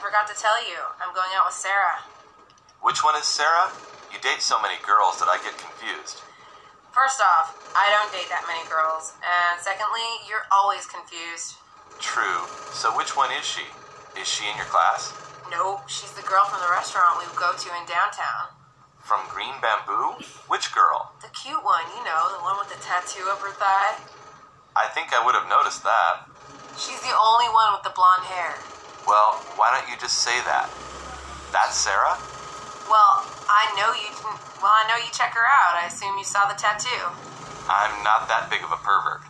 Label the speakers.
Speaker 1: forgot to tell you. I'm going out with Sarah.
Speaker 2: Which one is Sarah? You date so many girls that I get confused.
Speaker 1: First off, I don't date that many girls. And secondly, you're always confused.
Speaker 2: True. So which one is she? Is she in your class?
Speaker 1: Nope, she's the girl from the restaurant we go to in downtown.
Speaker 2: From Green Bamboo? Which girl?
Speaker 1: The cute one, you know, the one with the tattoo of her thigh.
Speaker 2: I think I would have noticed that.
Speaker 1: She's the only one with the blonde hair.
Speaker 2: Well, why don't you just say that? That's Sarah?
Speaker 1: Well, I know you didn't. Well, I know you check her out. I assume you saw the tattoo.
Speaker 2: I'm not that big of a pervert.